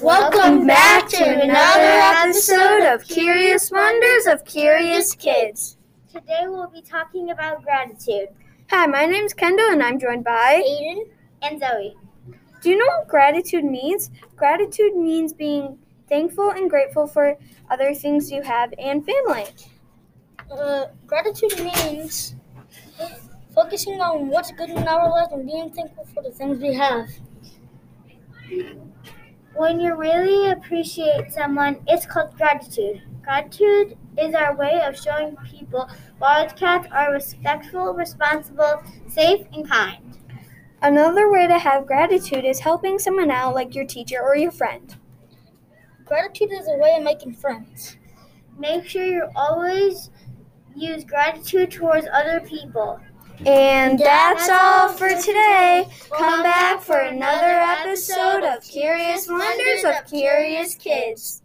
Welcome back to another episode of Curious Wonders of Curious Kids. Today we'll be talking about gratitude. Hi, my name's Kendall and I'm joined by. Aiden and Zoe. Do you know what gratitude means? Gratitude means being thankful and grateful for other things you have and family. Uh, gratitude means focusing on what's good in our life and being thankful for the things we have. When you really appreciate someone, it's called gratitude. Gratitude is our way of showing people wildcats are respectful, responsible, safe, and kind. Another way to have gratitude is helping someone out, like your teacher or your friend. Gratitude is a way of making friends. Make sure you always use gratitude towards other people. And that's all for today. Come back for another episode of Curious Wonders of Curious Kids.